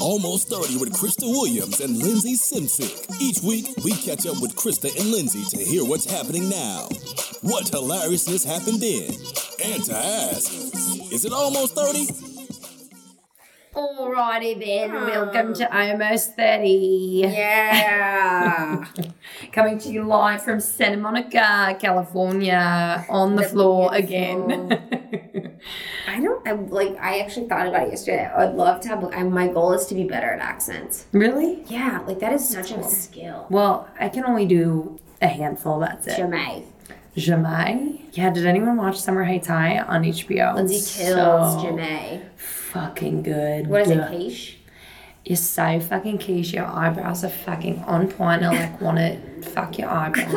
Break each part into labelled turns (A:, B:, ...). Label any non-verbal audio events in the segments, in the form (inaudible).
A: Almost 30 with Krista Williams and Lindsay Simsek. Each week, we catch up with Krista and Lindsay to hear what's happening now, what hilariousness happened then, and to ask, is it almost 30?
B: Alrighty then, welcome to Almost 30.
C: Yeah.
B: Coming to you live from Santa Monica, California, on the
C: The
B: floor
C: beautiful.
B: again.
C: (laughs) I don't, I, like, I actually thought about it yesterday. I would love to have, I, my goal is to be better at accents.
B: (laughs) really?
C: Yeah, like, that is such a skill.
B: Well, I can only do a handful, that's it.
C: Jamai.
B: Jamai? Yeah, did anyone watch Summer Heights High on HBO?
C: Lindsay kills Jamai.
B: Fucking good.
C: What is it, Keish?
B: You're so fucking keys. Your eyebrows are fucking on point. I like want to fuck your eyebrows.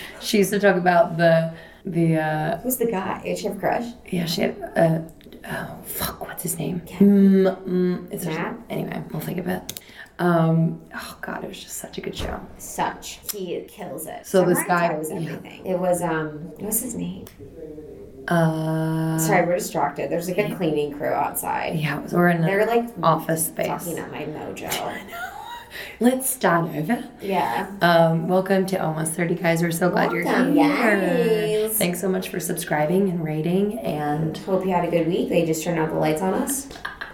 B: (laughs) she used to talk about the the uh,
C: Who's the guy? H.M. Crush?
B: yeah she had uh, oh fuck what's his name mm, mm, it's
C: Matt?
B: anyway we'll think of it. Um, oh god, it was just such a good show.
C: Such. He kills it.
B: So this
C: Samurai
B: guy-
C: Jack was
B: yeah.
C: everything. It was, um, what's his name?
B: Uh,
C: Sorry, we're distracted. There's like a cleaning crew outside.
B: yeah, it was, we're in an
C: They're like
B: office space.
C: talking at my (laughs) mojo.
B: Let's start over.
C: Yeah.
B: Um, welcome to Almost 30 Guys. We're so glad
C: Welcome,
B: you're here.
C: guys.
B: Thanks so much for subscribing and rating. And
C: Hope you had a good week. They just turned out the lights on us.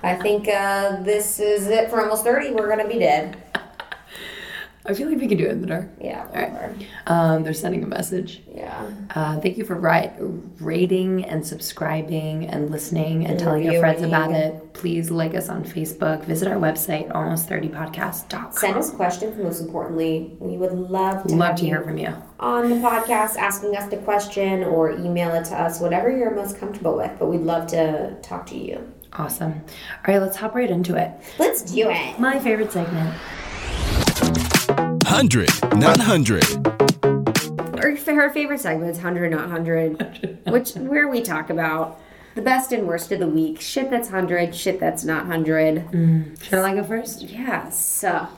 C: I think uh, this is it for almost 30. We're going to be dead.
B: I feel like we can do it in the dark.
C: Yeah, whatever.
B: Um, they're sending a message.
C: Yeah.
B: Uh, thank you for ri- rating and subscribing and listening and telling your friends
C: Reviewing.
B: about it. Please like us on Facebook. Visit our website, almost30podcast.com.
C: Send us questions, most importantly. We would love to
B: Love
C: have
B: to
C: you
B: hear from you.
C: on the podcast asking us the question or email it to us, whatever you're most comfortable with. But we'd love to talk to you.
B: Awesome. All right, let's hop right into it.
C: Let's do it.
B: My favorite segment.
A: 100, 900.
C: Or her favorite segment is 100, not 100, which where we talk about the best and worst of the week. Shit that's 100, shit that's not 100.
B: Shall I go first?
C: Yeah, so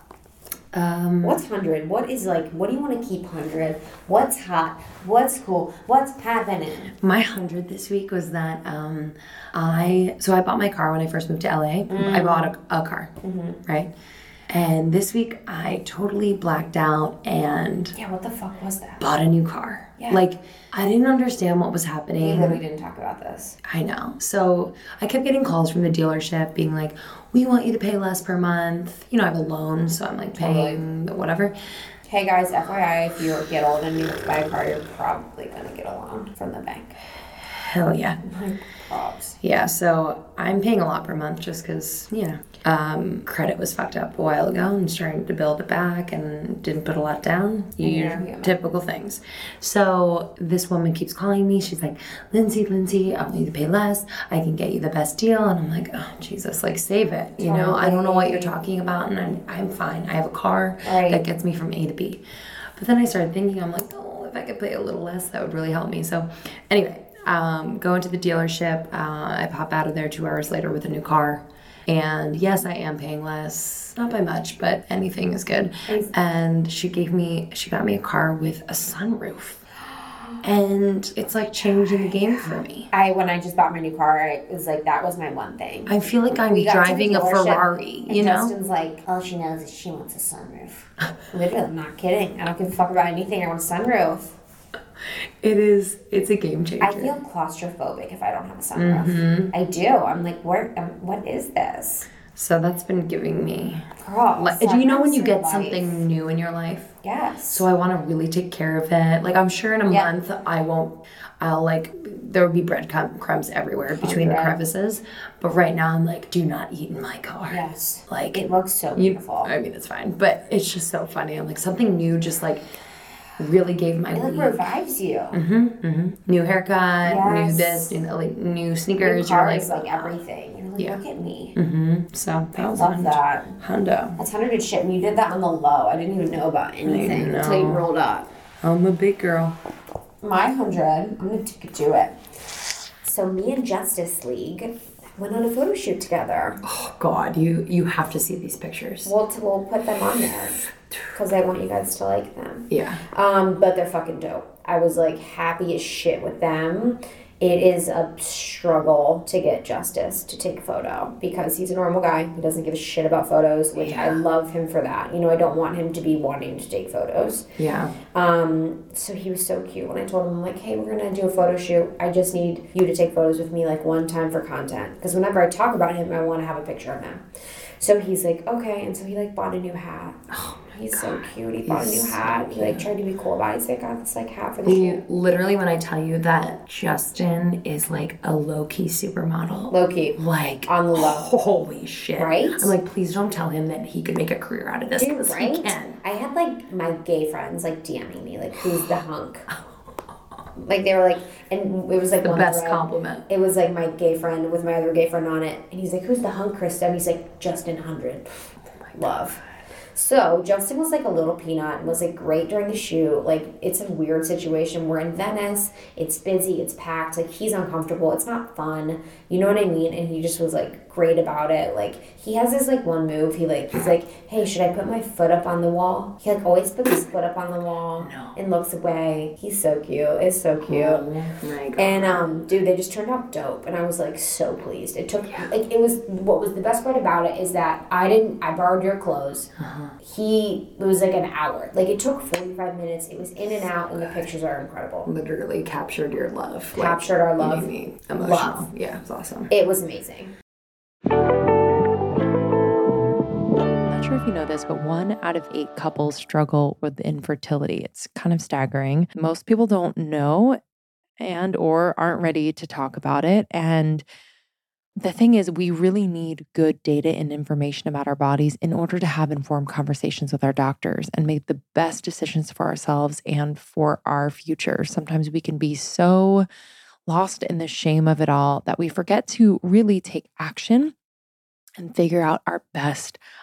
B: Um,
C: What's hundred? What is like? What do you want to keep hundred? What's hot? What's cool? What's happening?
B: My hundred this week was that um, I so I bought my car when I first moved to LA. I bought a, a car, right? And this week I totally blacked out and
C: Yeah, what the fuck was that?
B: bought a new car. Like I didn't understand what was happening.
C: That we didn't talk about this.
B: I know. So I kept getting calls from the dealership being like, "We want you to pay less per month." You know, I have a loan, so I'm like paying whatever.
C: Hey guys, FYI, if you get old and you buy a car, you're probably gonna get a loan from the bank.
B: Hell yeah.
C: Props.
B: Yeah, so I'm paying a lot per month just because, you know, um, credit was fucked up a while ago and starting to build it back and didn't put a lot down. You
C: yeah.
B: typical things. So this woman keeps calling me. She's like, Lindsay, Lindsay, I want you to pay less. I can get you the best deal. And I'm like, oh, Jesus, like save it. You know, I don't know what you're talking about and I'm, I'm fine. I have a car
C: Right.
B: that gets me from A to B. But then I started thinking, I'm like, oh, if I could pay a little less, that would really help me. So anyway, um, go into the dealership. Uh, I pop out of there two hours later with a new car. And yes, I am paying less, not by much, but anything is good. And she gave me, she got me a car with a sunroof. And it's like changing the game for me.
C: I when I just bought my new car, I was like, that was my one thing.
B: I feel like I'm
C: We got to the
B: driving a
C: dealership,
B: Ferrari,
C: and
B: you know?
C: Justin's like, all she knows is she wants a sunroof. Literally, I'm not kidding. I don't give a fuck about anything. I want a sunroof.
B: It is, it's a game
C: I
B: changer.
C: feel claustrophobic if I don't have a sunroof.
B: Mm-hmm.
C: I do. I'm like, where? Um, what is this?
B: So that's been giving me.
C: Girl,
B: Like, do you know when you
C: sunroofs
B: get
C: are life.
B: something new in your life?
C: Yes.
B: So I want to really take care of it. Like I'm sure in a
C: Yeah.
B: month I won't. I'll like there will be bread crumb- crumbs everywhere between the
C: Hundred.
B: crevices. But right now I'm like, do not eat in my car.
C: yes.
B: Like
C: It looks so
B: you-
C: beautiful.
B: I mean, it's fine, but it's just so funny. I'm like something new, just like really gave my
C: it
B: week.
C: like revives you.
B: new haircut, new
C: Yes.
B: this, new, like new
C: Your
B: sneakers.
C: car
B: you're
C: is
B: like,
C: like everything. You're like,
B: Yeah.
C: look at me.
B: mm-hmm. so that was
C: Love that.
B: Honda.
C: That's hundred good shit. And you did that on the low. I didn't even know about anything until you
B: know.
C: rolled up.
B: I'm a big girl.
C: my 100 i'm gonna t- do it so me and justice league went on a photo shoot together
B: Oh God, you you have to see these pictures.
C: we'll, t- we'll put them on there because i want you guys to like them
B: yeah.
C: um but they're fucking dope i was like happy as shit with them it is a struggle to get justice to take a photo because he's a normal guy who doesn't give a shit about photos, which I love him for that. You know, I don't want him to be wanting to take photos.
B: Yeah.
C: Um, so he was so cute when I told him, I'm like, hey, we're gonna do a photo shoot. I just need you to take photos with me like one time for content. Because whenever I talk about him, I wanna have a picture of him. So he's like, okay, and so he like bought a new hat. Oh my He's so cute. He bought a new hat. He like tried to be cool about it. He's like, I got this like hat for the shoot.
B: You- Literally, when I tell you that Justin is like a low key supermodel,
C: Low key.
B: like
C: On the low.
B: holy shit,
C: Right?
B: I'm like, please don't tell him that he could make a career out of this
C: Dude,
B: because
C: right?
B: he can.
C: I had like my gay friends like DMing me like, "Who's the (laughs) hunk?" Like they were like, and it was like the
B: Best compliment.
C: It was like my gay friend with my other gay friend on it, and he's like, "Who's the hunk, Krista?" And he's like, "Justin Hundred, love." So Justin was like a little peanut and was like great during the shoot. Like it's a weird situation. We're in Venice. It's busy. It's packed. Like he's uncomfortable. It's not fun. You know what I mean? And he just was like great about it. Like he has this like one move. He like he's like, hey, should I put my foot up on the wall? He like always puts his foot up on the wall and looks away. He's so cute. It's so cute.
B: Oh, my God.
C: And um, dude, they just turned out dope, and I was like so pleased. It took like it was what was the best part about it is that I didn't I borrowed your clothes.
B: Uh-huh.
C: He it was like an hour. Like it took forty five minutes. It was in and out, and the pictures are incredible.
B: Literally captured your love. Like,
C: Captured our love.
B: made me emotional.
C: Love.
B: Yeah, it's awesome.
C: It was amazing.
D: I'm not sure if you know this, but one out of eight couples struggle with infertility. It's kind of staggering. Most people don't know and or aren't ready to talk about it and the thing is we really need good data and information about our bodies in order to have informed conversations with our doctors and make the best decisions for ourselves and for our future. Sometimes we can be so lost in the shame of it all that we forget to really take action and figure out our best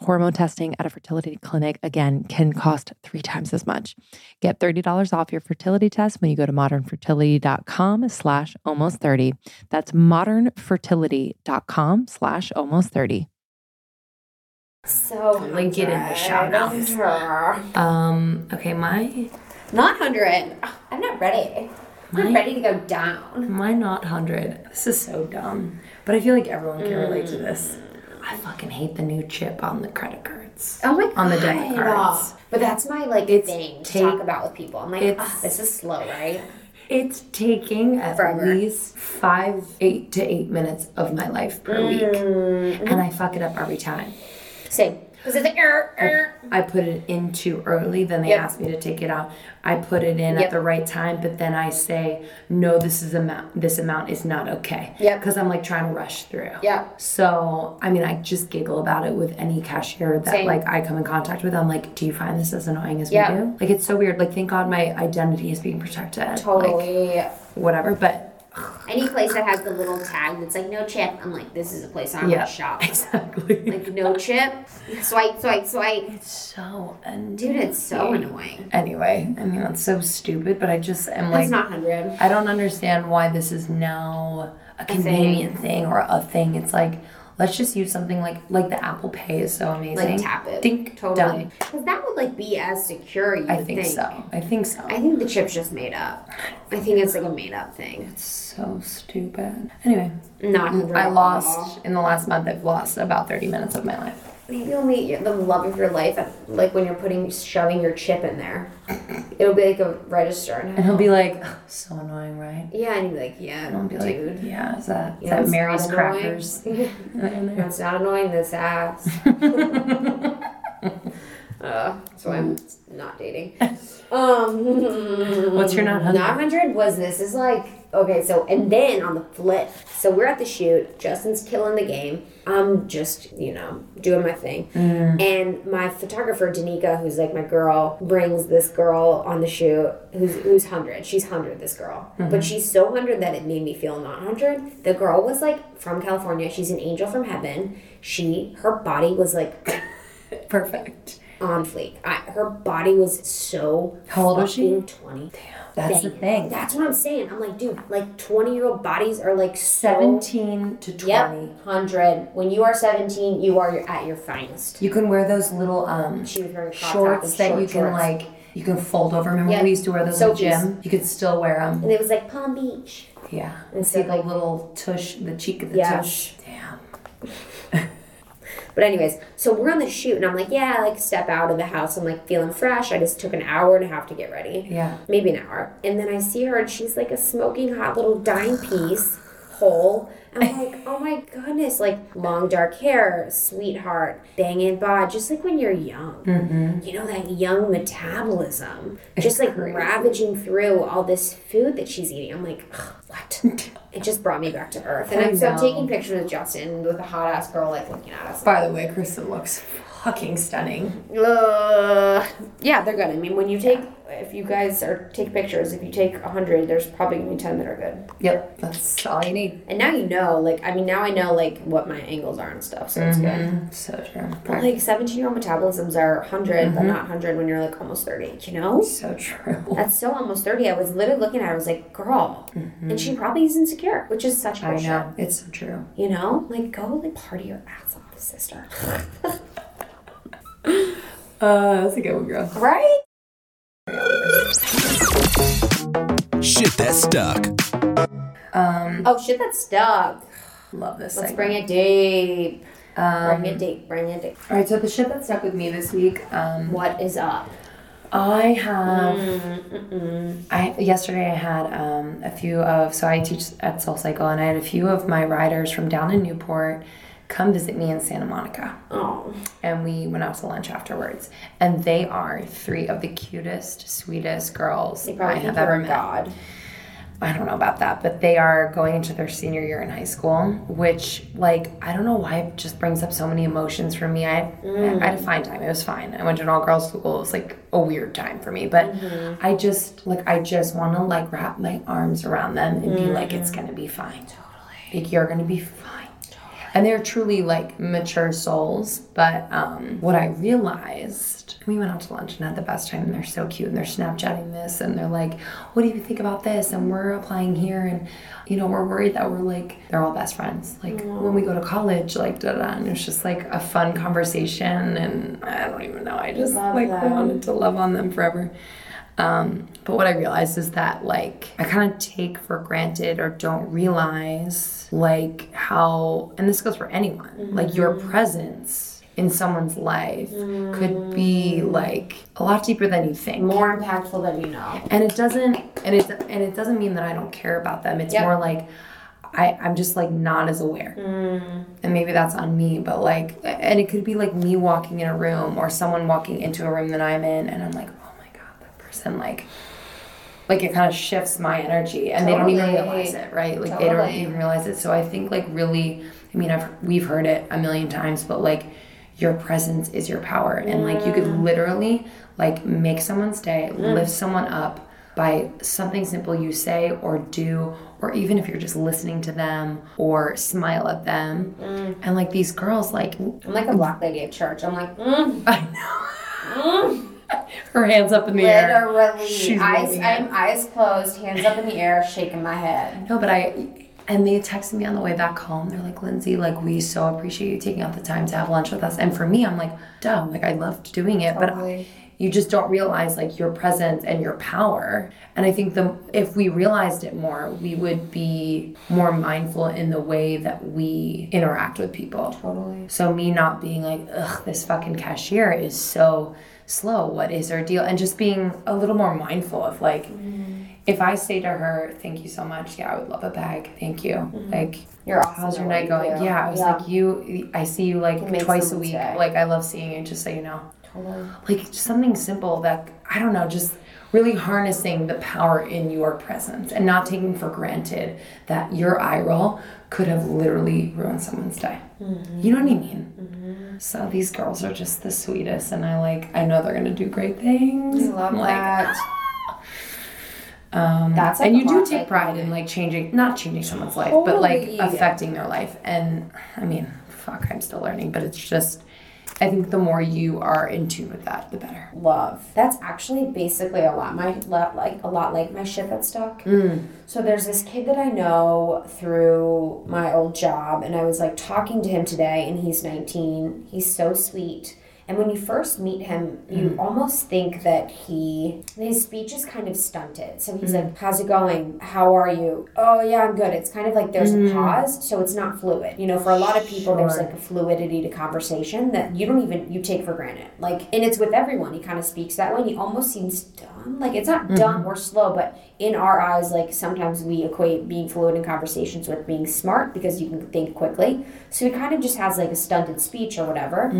D: Hormone testing at a fertility clinic, again, can cost three times as much. Get $30 off your fertility test when you go to modernfertility.com slash almost 30. That's modernfertility.com slash almost 30.
C: So
B: Link it in the show
C: (laughs)
B: notes.
C: Not
B: Um, okay, my
C: hundred. I'm not ready. I'm not ready to go down.
B: my not hundred. This is so dumb, but I feel like everyone can relate
C: Mm.
B: to this. I fucking hate the new chip on the credit cards.
C: Oh my god.
B: On the debit cards.
C: But that's my like
B: It's
C: thing to
B: take-
C: talk about with people. I'm like,
B: it's-
C: "Ugh, this is slow, right?
B: It's taking at
C: Forever.
B: least five, eight to eight minutes of my life per
C: Mm,
B: week,
C: mm-hmm.
B: and I fuck it up every time.
C: Same. Because it's like, "Er, er."
B: I put it in too early, then they ask me to take it out. I put it in
C: Yep.
B: at the right time, but then I say, no, this is amount this amount is not okay.
C: Yep.
B: Because I'm like trying to rush through.
C: Yep.
B: So I mean I just giggle about it with any cashier that
C: Same.
B: like I come in contact with. I'm like, do you find this as annoying as
C: Yep.
B: we do? Like it's so weird. Like thank God my identity is being protected. like,
C: Totally.
B: whatever. But
C: Any place that has the little tag that's like no chip, I'm like, this is a place I'm
B: yeah.
C: gonna shop.
B: (laughs) Exactly.
C: Like no chip, swipe, swipe, swipe.
B: so and
C: Dude, it's so annoying.
B: anyway, I mean that's so stupid, but I just am like
C: It's not hundred.
B: I don't understand why this is now a convenient thing. or a thing. It's like, Let's just use something like like the Apple Pay is so amazing.
C: Like tap it.
B: Think
C: totally.
B: done.
C: Because that would like be as secure. You
B: I
C: would
B: think, so. I think so.
C: I think the chip's just made up. I think it's like a made up thing.
B: so stupid. Anyway,
C: Not. real
B: Mm, I
C: at all.
B: lost in the last month. I've lost about thirty minutes of my life.
C: Maybe you'll meet your, the love of your life, at, like when you're putting shoving your chip in there. It'll be like a register, and
B: And he'll be like, so annoying, right?
C: yeah, and you'll be like, yeah,
B: And I'll be
C: dude.
B: like, yeah, is that, is
C: Yeah,
B: that
C: it's
B: Mary's
C: not annoying.
B: crackers?
C: (laughs) That's not annoying. This
B: (laughs)
C: ass. (laughs) uh, that's why I'm not dating. Um, (laughs)
B: What's your not hundred?
C: 900 was this is like okay so and then on the flip so we're at the shoot justin's killing the game i'm just you know doing my thing
B: Mm.
C: and my photographer danica who's like my girl brings this girl on the shoot who's who's 100 she's 100 this girl
B: Mm-hmm.
C: but she's so 100 that it made me feel not 100 the girl was like from california she's an angel from heaven she her body was like
B: Perfect.
C: on fleek I, her body was so
B: How old was she?
C: fucking 20
B: That's the
C: Dang it.
B: thing.
C: That's what I'm saying. I'm like, dude, like 20 year old bodies are like so.
B: 17 to 20.
C: Yep, 100. When you are 17, you are your- at your finest.
B: You can wear those little um
C: She was wearing crop top
B: shorts
C: and
B: that
C: short
B: you can
C: shorts.
B: like you can fold over. Remember
C: Yep.
B: we used to wear those
C: Soapies.
B: in the gym? You could still wear them.
C: And it was like Palm Beach.
B: Yeah. And
C: And
B: see
C: so,
B: the
C: like-
B: little tush, the cheek of the
C: Yeah.
B: tush. Damn.
C: But, anyways, so we're on the shoot, and I'm like, yeah, I like step out of the house. I'm like feeling fresh. I just took an hour and a half to get ready.
B: Yeah.
C: Maybe an hour. And then I see her, and she's like a smoking hot little dime piece hole. I'm like,
B: (laughs)
C: oh my goodness, like long dark hair, sweetheart, banging bod, just like when you're young.
B: Mm-hmm.
C: you know that young metabolism just like ravaging through all this food that she's eating i'm like "Ugh,
B: (laughs)
C: what it just brought me back to earth and
B: I
C: i'm, so I'm
B: know.
C: taking pictures with justin with a hot ass girl like looking at us
B: By the way, Kristen looks fucking stunning.
C: Ugh. Uh, yeah they're good i mean when you take if you guys are take pictures if you take 100 there's probably gonna be 10 that are good
B: Yep, that's all you need.
C: and now you know like i mean now i know like what my angles are and stuff so it's good
B: So true.
C: But, like 17 year old metabolisms are 100
B: Mm-hmm.
C: but not 100 when you're like almost 30 you know
B: So true.
C: That's so almost 30. I was literally looking at her, I was like, girl. And she probably is insecure, which is such
B: (laughs) Mm-hmm. I
C: bullshit.
B: know. It's so true.
C: You know? Like, go like party your ass off,
B: (sighs)
C: sister.
B: Uh, that's a good one, girl.
C: right?
A: Shit that stuck.
B: Mm-hmm.
C: Oh, shit, that's stuck.
B: Love this.
C: Let's
B: segment.
C: bring it deep. bring
B: Um,
C: it deep. Bring it deep.
B: All right, so the shit that stuck with me this week, um,
C: What is up?
B: I
C: Mm,
B: have. I yesterday I had um, a few of so I teach at Soul Cycle and I had a few of my riders from down in Newport come visit me in Santa Monica
C: Oh,
B: and we went out to lunch afterwards and they are three of the cutest sweetest girls
C: they
B: I
C: probably
B: have
C: think
B: ever
C: you're a
B: met.
C: god.
B: I don't know about that, but they are going into their senior year in high school, which like I don't know why it just brings up so many emotions for me. I I had a fine time. It was fine. I went to an all girls school. It was like a weird time for me, but I just like I just want to like wrap my arms around them and be like it's going to be fine. Totally. Like you're going to be fine. And they're truly like mature souls. But um, what I realized, we went out to lunch and had the best time, and they're so cute, and they're Snapchatting this, and they're like, What do you think about this? And we're applying here, and you know, we're worried that we're like, they're all best friends. Like when we go to college, like, da da. And it was just like a fun conversation, and I don't even know. I just like wanted to love on them forever. Um, but what I realized is that like I kind of take for granted or don't realize like how and this goes for anyone like your presence in someone's life could be like a lot deeper than you think
C: More impactful than you know.
B: and it doesn't and it and it doesn't mean that I don't care about them it's more like I, I'm just like not as aware. And maybe that's on me, but like, and it could be like me walking in a room or someone walking into a room that I'm in, and I'm like, oh my God, that person, like, like it kind of shifts my energy and they don't even
C: Totally.
B: realize it, right? Like they don't
C: Totally.
B: even realize it. So I think like really, I mean, I've, we've heard it a million times, but like your presence is your power. And like you could literally like make someone's day, lift someone up by something simple you say or do, or even if you're just listening to them or smile at them. And like these girls, like (laughs)
C: I'm like a black lady at church. I'm like, mm,
B: I know her hands up in the air.
C: literally.
B: She's
C: eyes,
B: waving it.
C: I'm eyes closed, hands up in the air, shaking my head.
B: No, but I And they texted me on the way back home. They're like, Lindsay, like, we so appreciate you taking out the time to have lunch with us. And for me, I'm like, duh, like, I loved doing it,
C: Totally.
B: but you just don't realize like your presence and your power. And I think the if we realized it more, we would be more mindful in the way that we interact with people.
C: Totally.
B: So me not being like, ugh, this fucking cashier is so slow. What is her deal? And just being a little more mindful of like,
C: Mm.
B: if I say to her, thank you so much. Yeah, I would love a bag. Thank you.
C: Mm-hmm.
B: Like,
C: You're awesome.
B: how's your
C: at
B: night
C: what
B: going?
C: you
B: Yeah.
C: do.
B: I was like, you. I see you like
C: Makes
B: twice a
C: them
B: week.
C: today.
B: Like, I love seeing you. Just so you know,
C: Totally.
B: like just something simple that I don't know, just. Really harnessing the power in your presence and not taking for granted that your eye roll could have literally ruined someone's day.
C: Mm-hmm.
B: You know what I mean? So these girls are just the sweetest, and I like. I know they're gonna do great things.
C: I love
B: I'm like,
C: that.
B: um,
C: That's
B: and
C: like
B: you
C: a
B: do
C: lot,
B: take
C: like-
B: pride in like changing, not changing someone's life, but like
C: Totally.
B: affecting their life. And I mean, fuck, I'm still learning, but it's just. I think the more you are in tune with that, the better.
C: Love. That's actually basically a lot. My lot like a lot like my shit that stuck. So there's this kid that I know through my old job, and I was like talking to him today, and he's 19. He's so sweet. And when you first meet him, you almost think that he his speech is kind of stunted. So he's like, "How's it going? How are you? Oh yeah, I'm good." It's kind of like there's a pause, so it's not fluid. You know, for a lot of people, there's like a fluidity to conversation that you don't even you take for granted. Like, and it's with everyone. He kind of speaks that way. He almost seems dumb. Like it's not dumb or slow, but in our eyes, like sometimes we equate being fluid in conversations with being smart because you can think quickly. So he kind of just has like a stunted speech or whatever.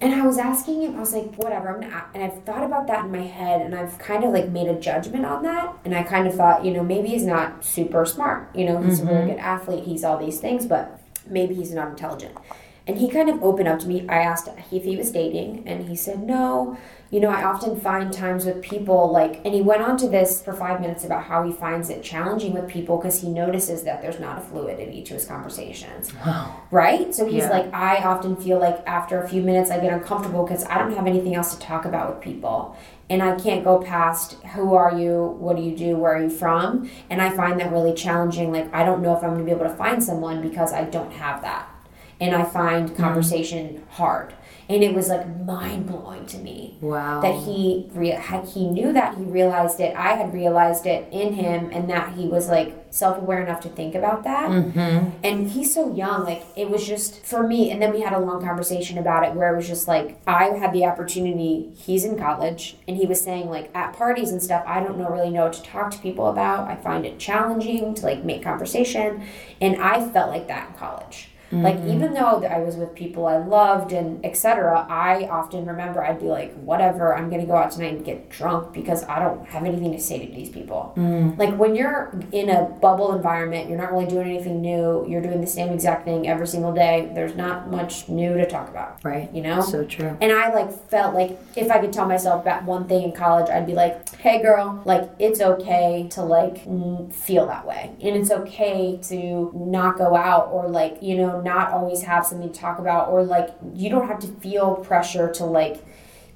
C: And I was asking him, I was like, whatever, I'm not, and I've thought about that in my head, and I've kind of like made a judgment on that. And I kind of thought, you know, maybe he's not super smart. You know, he's a really good athlete, he's all these things, but maybe he's not intelligent. And he kind of opened up to me. I asked if he was dating, and he said, no. You know, I often find times with people like, and he went on to this for five minutes about how he finds it challenging with people because he notices that there's not a fluidity to his conversations right? So he's
B: Yeah.
C: like, I often feel like after a few minutes I get uncomfortable because I don't have anything else to talk about with people. And I can't go past who are you, what do you do, where are you from? And I find that really challenging. Like, I don't know if I'm gonna be able to find someone because I don't have that. And I find conversation hard. And it was like mind blowing to me
B: Wow.
C: that he re- had, he knew that he realized it. I had realized it in him, and that he was like self aware enough to think about that. And he's so young. Like it was just for me. And then we had a long conversation about it, where it was just like I had the opportunity. He's in college, and he was saying like at parties and stuff, I don't know really know what to talk to people about. I find it challenging to like make conversation, and I felt like that in college. Like
B: Mm-hmm.
C: even though that I was with people I loved and etc., I often remember I'd be like, whatever, I'm gonna go out tonight and get drunk because I don't have anything to say to these people.
B: Mm.
C: Like when you're in a bubble environment, you're not really doing anything new. You're doing the same exact thing every single day. There's not much new to talk about.
B: Right.
C: You know.
B: So true.
C: And I like felt like if I could tell myself that one thing in college, I'd be like, "Hey, girl, like it's okay to like n- feel that way, and it's okay to not go out or like you know not always have something to talk about, or like you don't have to feel pressure to like."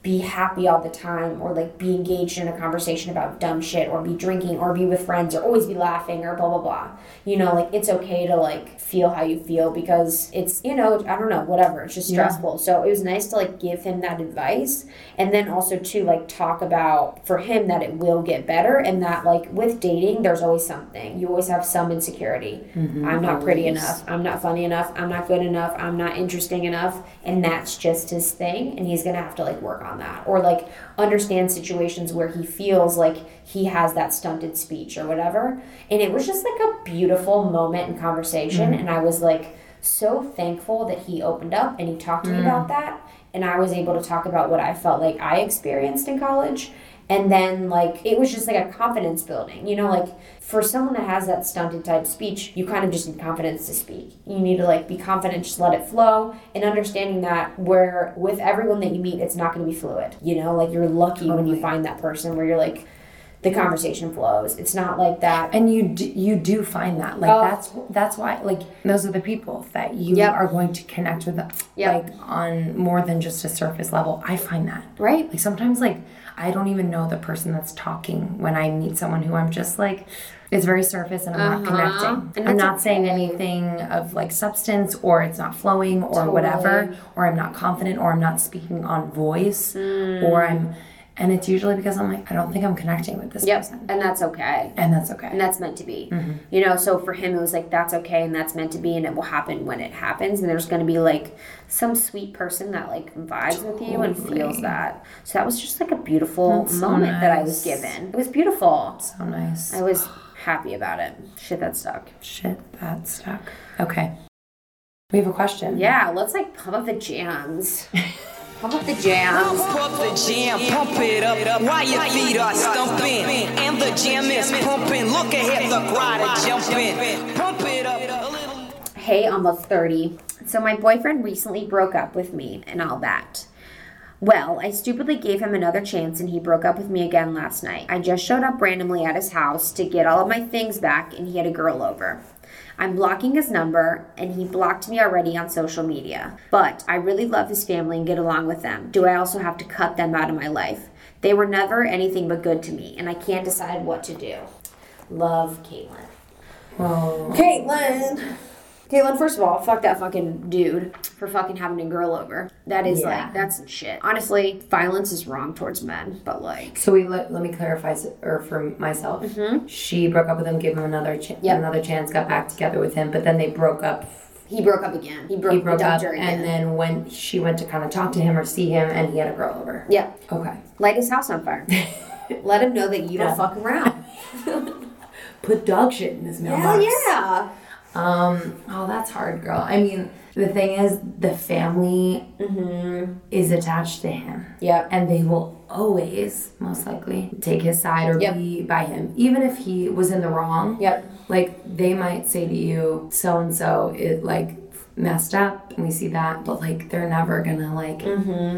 C: be happy all the time or like be engaged in a conversation about dumb shit or be drinking or be with friends or always be laughing or blah blah blah you know like it's okay to like feel how you feel because it's you know i don't know whatever it's just stressful so it was nice to like give him that advice and then also to like talk about for him that it will get better and that like with dating there's always something you always have some insecurity i'm not pretty enough i'm not funny enough i'm not good enough i'm not interesting enough and that's just his thing and he's gonna have to like work on that or like understand situations where he feels like he has that stunted speech or whatever and it was just like a beautiful moment in conversation and i was like so thankful that he opened up and he talked to me about that and i was able to talk about what i felt like i experienced in college and then like it was just like a confidence building you know like for someone that has that stunted type speech you kind of just need confidence to speak you need to like be confident just let it flow and understanding that where with everyone that you meet it's not going to be fluid you know like you're lucky when you find that person where you're like the conversation flows. It's not like that.
B: and you do, you do find that like
C: Oh.
B: that's that's why like those are the people that you
C: Yep.
B: are going to connect with
C: Yep.
B: like on more than just a surface level i find that
C: Right.
B: like sometimes like i don't even know the person that's talking when i meet someone who i'm just like it's very surface and i'm not connecting i'm
C: Uh-huh. that's
B: not saying anything of like substance or it's not flowing or whatever or i'm not confident or i'm not speaking on voice
C: Mm.
B: or i'm and it's usually because i'm like i don't think i'm connecting with this
C: Yep.
B: person
C: And that's okay.
B: and that's okay
C: and that's meant to be.
B: Mm-hmm.
C: You know, so for him, it was like, that's okay, and that's meant to be, and it will happen when it happens. And there's going to be like some sweet person that like vibes with you and feels that. So that was just like a beautiful
B: so
C: moment that I was
B: nice.
C: given. It was beautiful.
B: so nice
C: I was happy about it. Shit, that stuck.
B: Shit, that stuck. Okay. We have a question.
C: Yeah, let's like pump up the
B: (laughs)
C: jams. pump up the jams.
E: Pump the jam, pump it up while your feet are stumping. And the jam is pumping. Look ahead, the crowd are jumping. Pump it up a little.
C: Hey, almost 30. So, my boyfriend recently broke up with me and all that. Well, I stupidly gave him another chance and he broke up with me again last night. I just showed up randomly at his house to get all of my things back and he had a girl over. I'm blocking his number and he blocked me already on social media. But I really love his family and get along with them. Do I also have to cut them out of my life? They were never anything but good to me and I can't decide what to do. Love Caitlin.
B: Whoa.
C: Caitlyn. Caitlyn, first of all, fuck that fucking dude for fucking having a girl over. That is like, that's some shit. Honestly, violence is wrong towards men, but like,
B: So we let, let me clarify s- or for myself. She broke up with him, gave him another ch-
C: Mm-hmm. Yep.
B: another chance, got back together with him, but then they broke up.
C: he broke up again. He broke,
B: He broke up,
C: her again.
B: and then when she went to kind of talk to him or see him, and he had a girl over.
C: yeah,
B: Okay.
C: light his house on
B: (laughs)
C: fire. Let him know that you don't fuck around.
B: Put dog shit in his mailbox.
C: Hell yeah.
B: Um, oh, that's hard, girl. I mean, the thing is, the family is attached to him.
C: Mm-hmm. Yep.
B: And they will always, most likely, take his side or
C: Yep.
B: be by him. Even if he was in the wrong.
C: Yep.
B: Like, they might say to you, so and so, it like messed up, and we see that, but like, they're never gonna like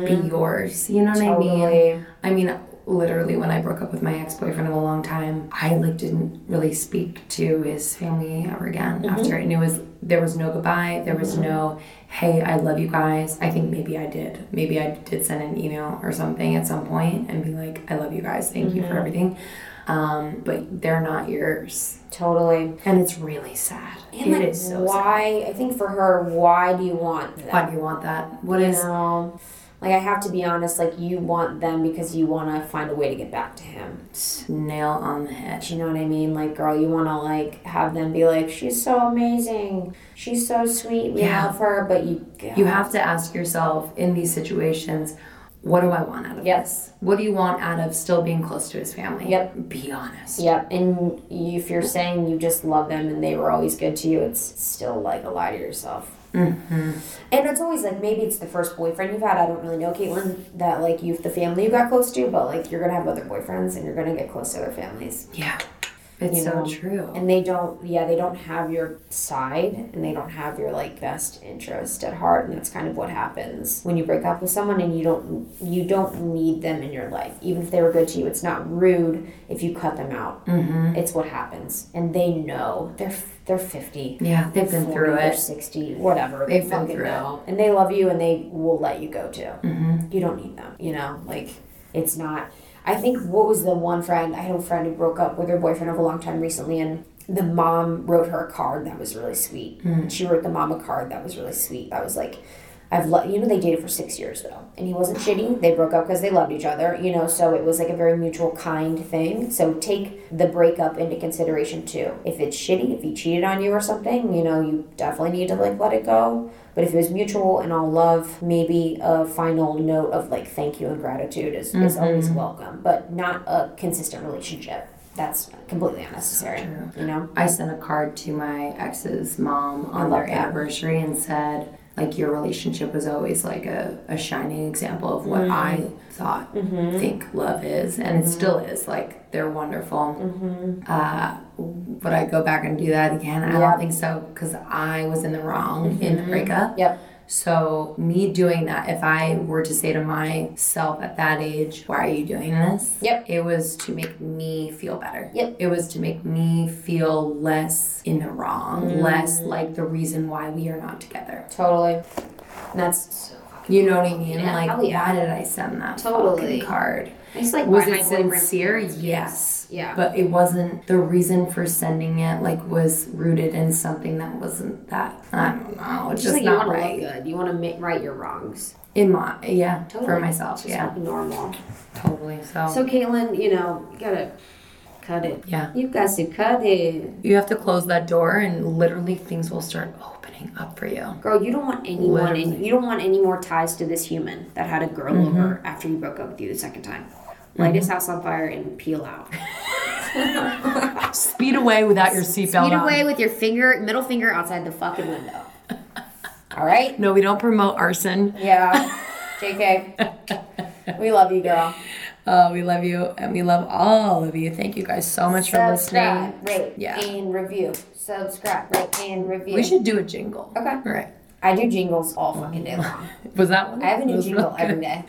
B: be yours. You know what I mean? I mean, literally, when I broke up with my ex boyfriend of a long time, I like didn't really speak to his family ever again after it. And it was there was no goodbye. There was no hey, I love you guys. I think maybe I did. Maybe I did send an email or something at some point and be like, I love you guys. Thank you for everything. Um, but they're not yours,
C: Totally.
B: and it's really sad. It is
C: like,
B: so sad.
C: why? I think for her, why do you want that?
B: Why do you want that? What is?
C: No. Like, I have to be honest, like, you want them because you want to find a way to get back to him.
B: nail on the head.
C: You know what I mean? Like, girl, you want to like have them be like, she's so amazing, she's so sweet, we
B: Yeah.
C: love her, but you,
B: You have to ask yourself in these situations, what do I want out of
C: Yep.
B: this? What do you want out of still being close to his family?
C: Yep.
B: Be honest.
C: Yep, and you, if you're saying you just love them and they were always good to you, it's still like a lie to yourself. Mm-hmm. And it's always like maybe it's the first boyfriend you've had. I don't really know, Caitlin, that like you've the family you got close to, but like you're gonna have other boyfriends and you're gonna get close to other families.
B: Yeah. It's
C: You
B: so
C: know,
B: true.
C: And they don't, yeah, they don't have your side and they don't have your like best interest at heart. And that's kind of what happens when you break up with someone and you don't, you don't need them in your life. Even if they were good to you, it's not rude if you cut them out. Mm-hmm. It's what happens. And they know they're, they're 50.
B: yeah, they've been
C: 40,
B: through
C: they're
B: it.
C: 60, whatever.
B: They've been
C: fucking
B: through it.
C: know. And they love you and they will let you go too. Mm-hmm. You don't need them. You know, like it's not. I think what was the one friend? I had a friend who broke up with her boyfriend of a long time recently and the mom wrote her a card that was really sweet.
B: Mm.
C: She wrote the mom a card that was really sweet. That was like, I've loved, you know, they dated for six years though. And he wasn't shitty. They broke up because they loved each other, you know, so it was like a very mutual kind thing. So take the breakup into consideration too. If it's shitty, if he cheated on you or something, you know, you definitely need to like let it go. But if it was mutual and all love, maybe a final note of like thank you and gratitude is, is
B: Mm-hmm.
C: always welcome, but not a consistent relationship. That's completely unnecessary, you know?
B: I sent a card to my ex's mom on
C: love
B: their
C: that.
B: anniversary and said, like, your relationship was always like a, a shining example of what I
C: Mm-hmm.
B: thought, think love is. And it still is. Like, they're wonderful. Uh, would I go back and do that again?
C: Mm-hmm.
B: I
C: Yeah. Mm-hmm.
B: don't think so because I was in the wrong in the breakup.
C: Yep.
B: So, me doing that, if I were to say to myself at that age, why are you doing this?
C: Yep.
B: It was to make me feel better.
C: Yep.
B: It was to make me feel less in the wrong,
C: Mm.
B: less like the reason why we are not together.
C: Totally. And that's so fucking.
B: You know what I mean?
C: Yeah.
B: Like,
C: Oh, yeah.
B: why did I send that
C: Totally.
B: fucking card?
C: It's like
B: was
C: why my
B: it
C: boyfriend-
B: sincere? Yes.
C: Yeah.
B: But it wasn't the reason for sending it. Like was rooted in something that wasn't that. I don't know.
C: Just
B: It's just
C: like you
B: not
C: want
B: right.
C: to look good. You want to right your wrongs.
B: In my yeah for
C: Totally.
B: myself.
C: Just
B: yeah,
C: normal.
B: totally. So,
C: So Caitlin, you know, you gotta cut it.
B: Yeah.
C: You got to cut it,
B: you have to close that door, and literally things will start opening up for you.
C: girl. You don't want anyone. In, you don't want any more ties to this human that had a girl over
B: Mm-hmm.
C: after you broke up with you the second time. Light his house on fire and peel out.
B: Speed away without your seatbelt
C: Eat
B: on.
C: away with your finger, middle finger outside the fucking window. (laughs) All right.
B: No, we don't promote arson.
C: Yeah. JK. We love you, girl.
B: Uh, we love you, and we love all of you. Thank you guys so much for listening.
C: Subscribe, rate,
B: Yeah.
C: and review. Subscribe, rate, and review.
B: We should do a jingle.
C: Okay.
B: All right.
C: I do jingles all fucking day long.
B: Was that one?
C: I have a new
B: Those were-
C: jingle every day.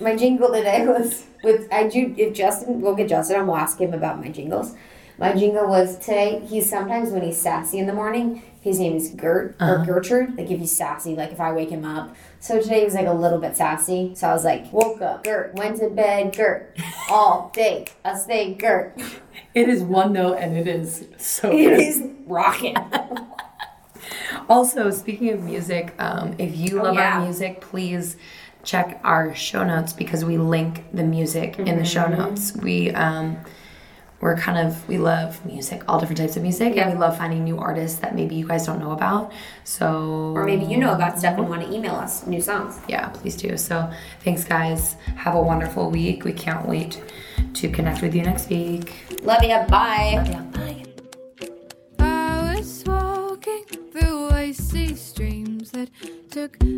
C: My jingle today was with I do if Justin we'll get Justin, I'll ask him about my jingles. My jingle was today, he's sometimes when he's sassy in the morning, his name is Gert
B: Uh-huh.
C: or Gertrude. Like if he's sassy, like if I wake him up. So today he was like a little bit sassy. So I was like, woke up, Gert, went to bed, Gert. All day. I stay Gert. (laughs)
B: It is one note and it is so
C: It
B: good.
C: is rocking.
B: Also, speaking of music, um, if you love
C: Oh, yeah.
B: our music, please check our show notes because we link the music in the show
C: Mm-hmm.
B: notes. We um, we're kind of we love music, all different types of music, and we love finding new artists that maybe you guys don't know about. So
C: Or maybe you know about stuff and want to email us new songs.
B: yeah, please do. So thanks, guys. Have a wonderful week. We can't wait to connect with you next week.
C: Love you. Bye.
B: Yeah, bye.
F: I was walking through icy streams that took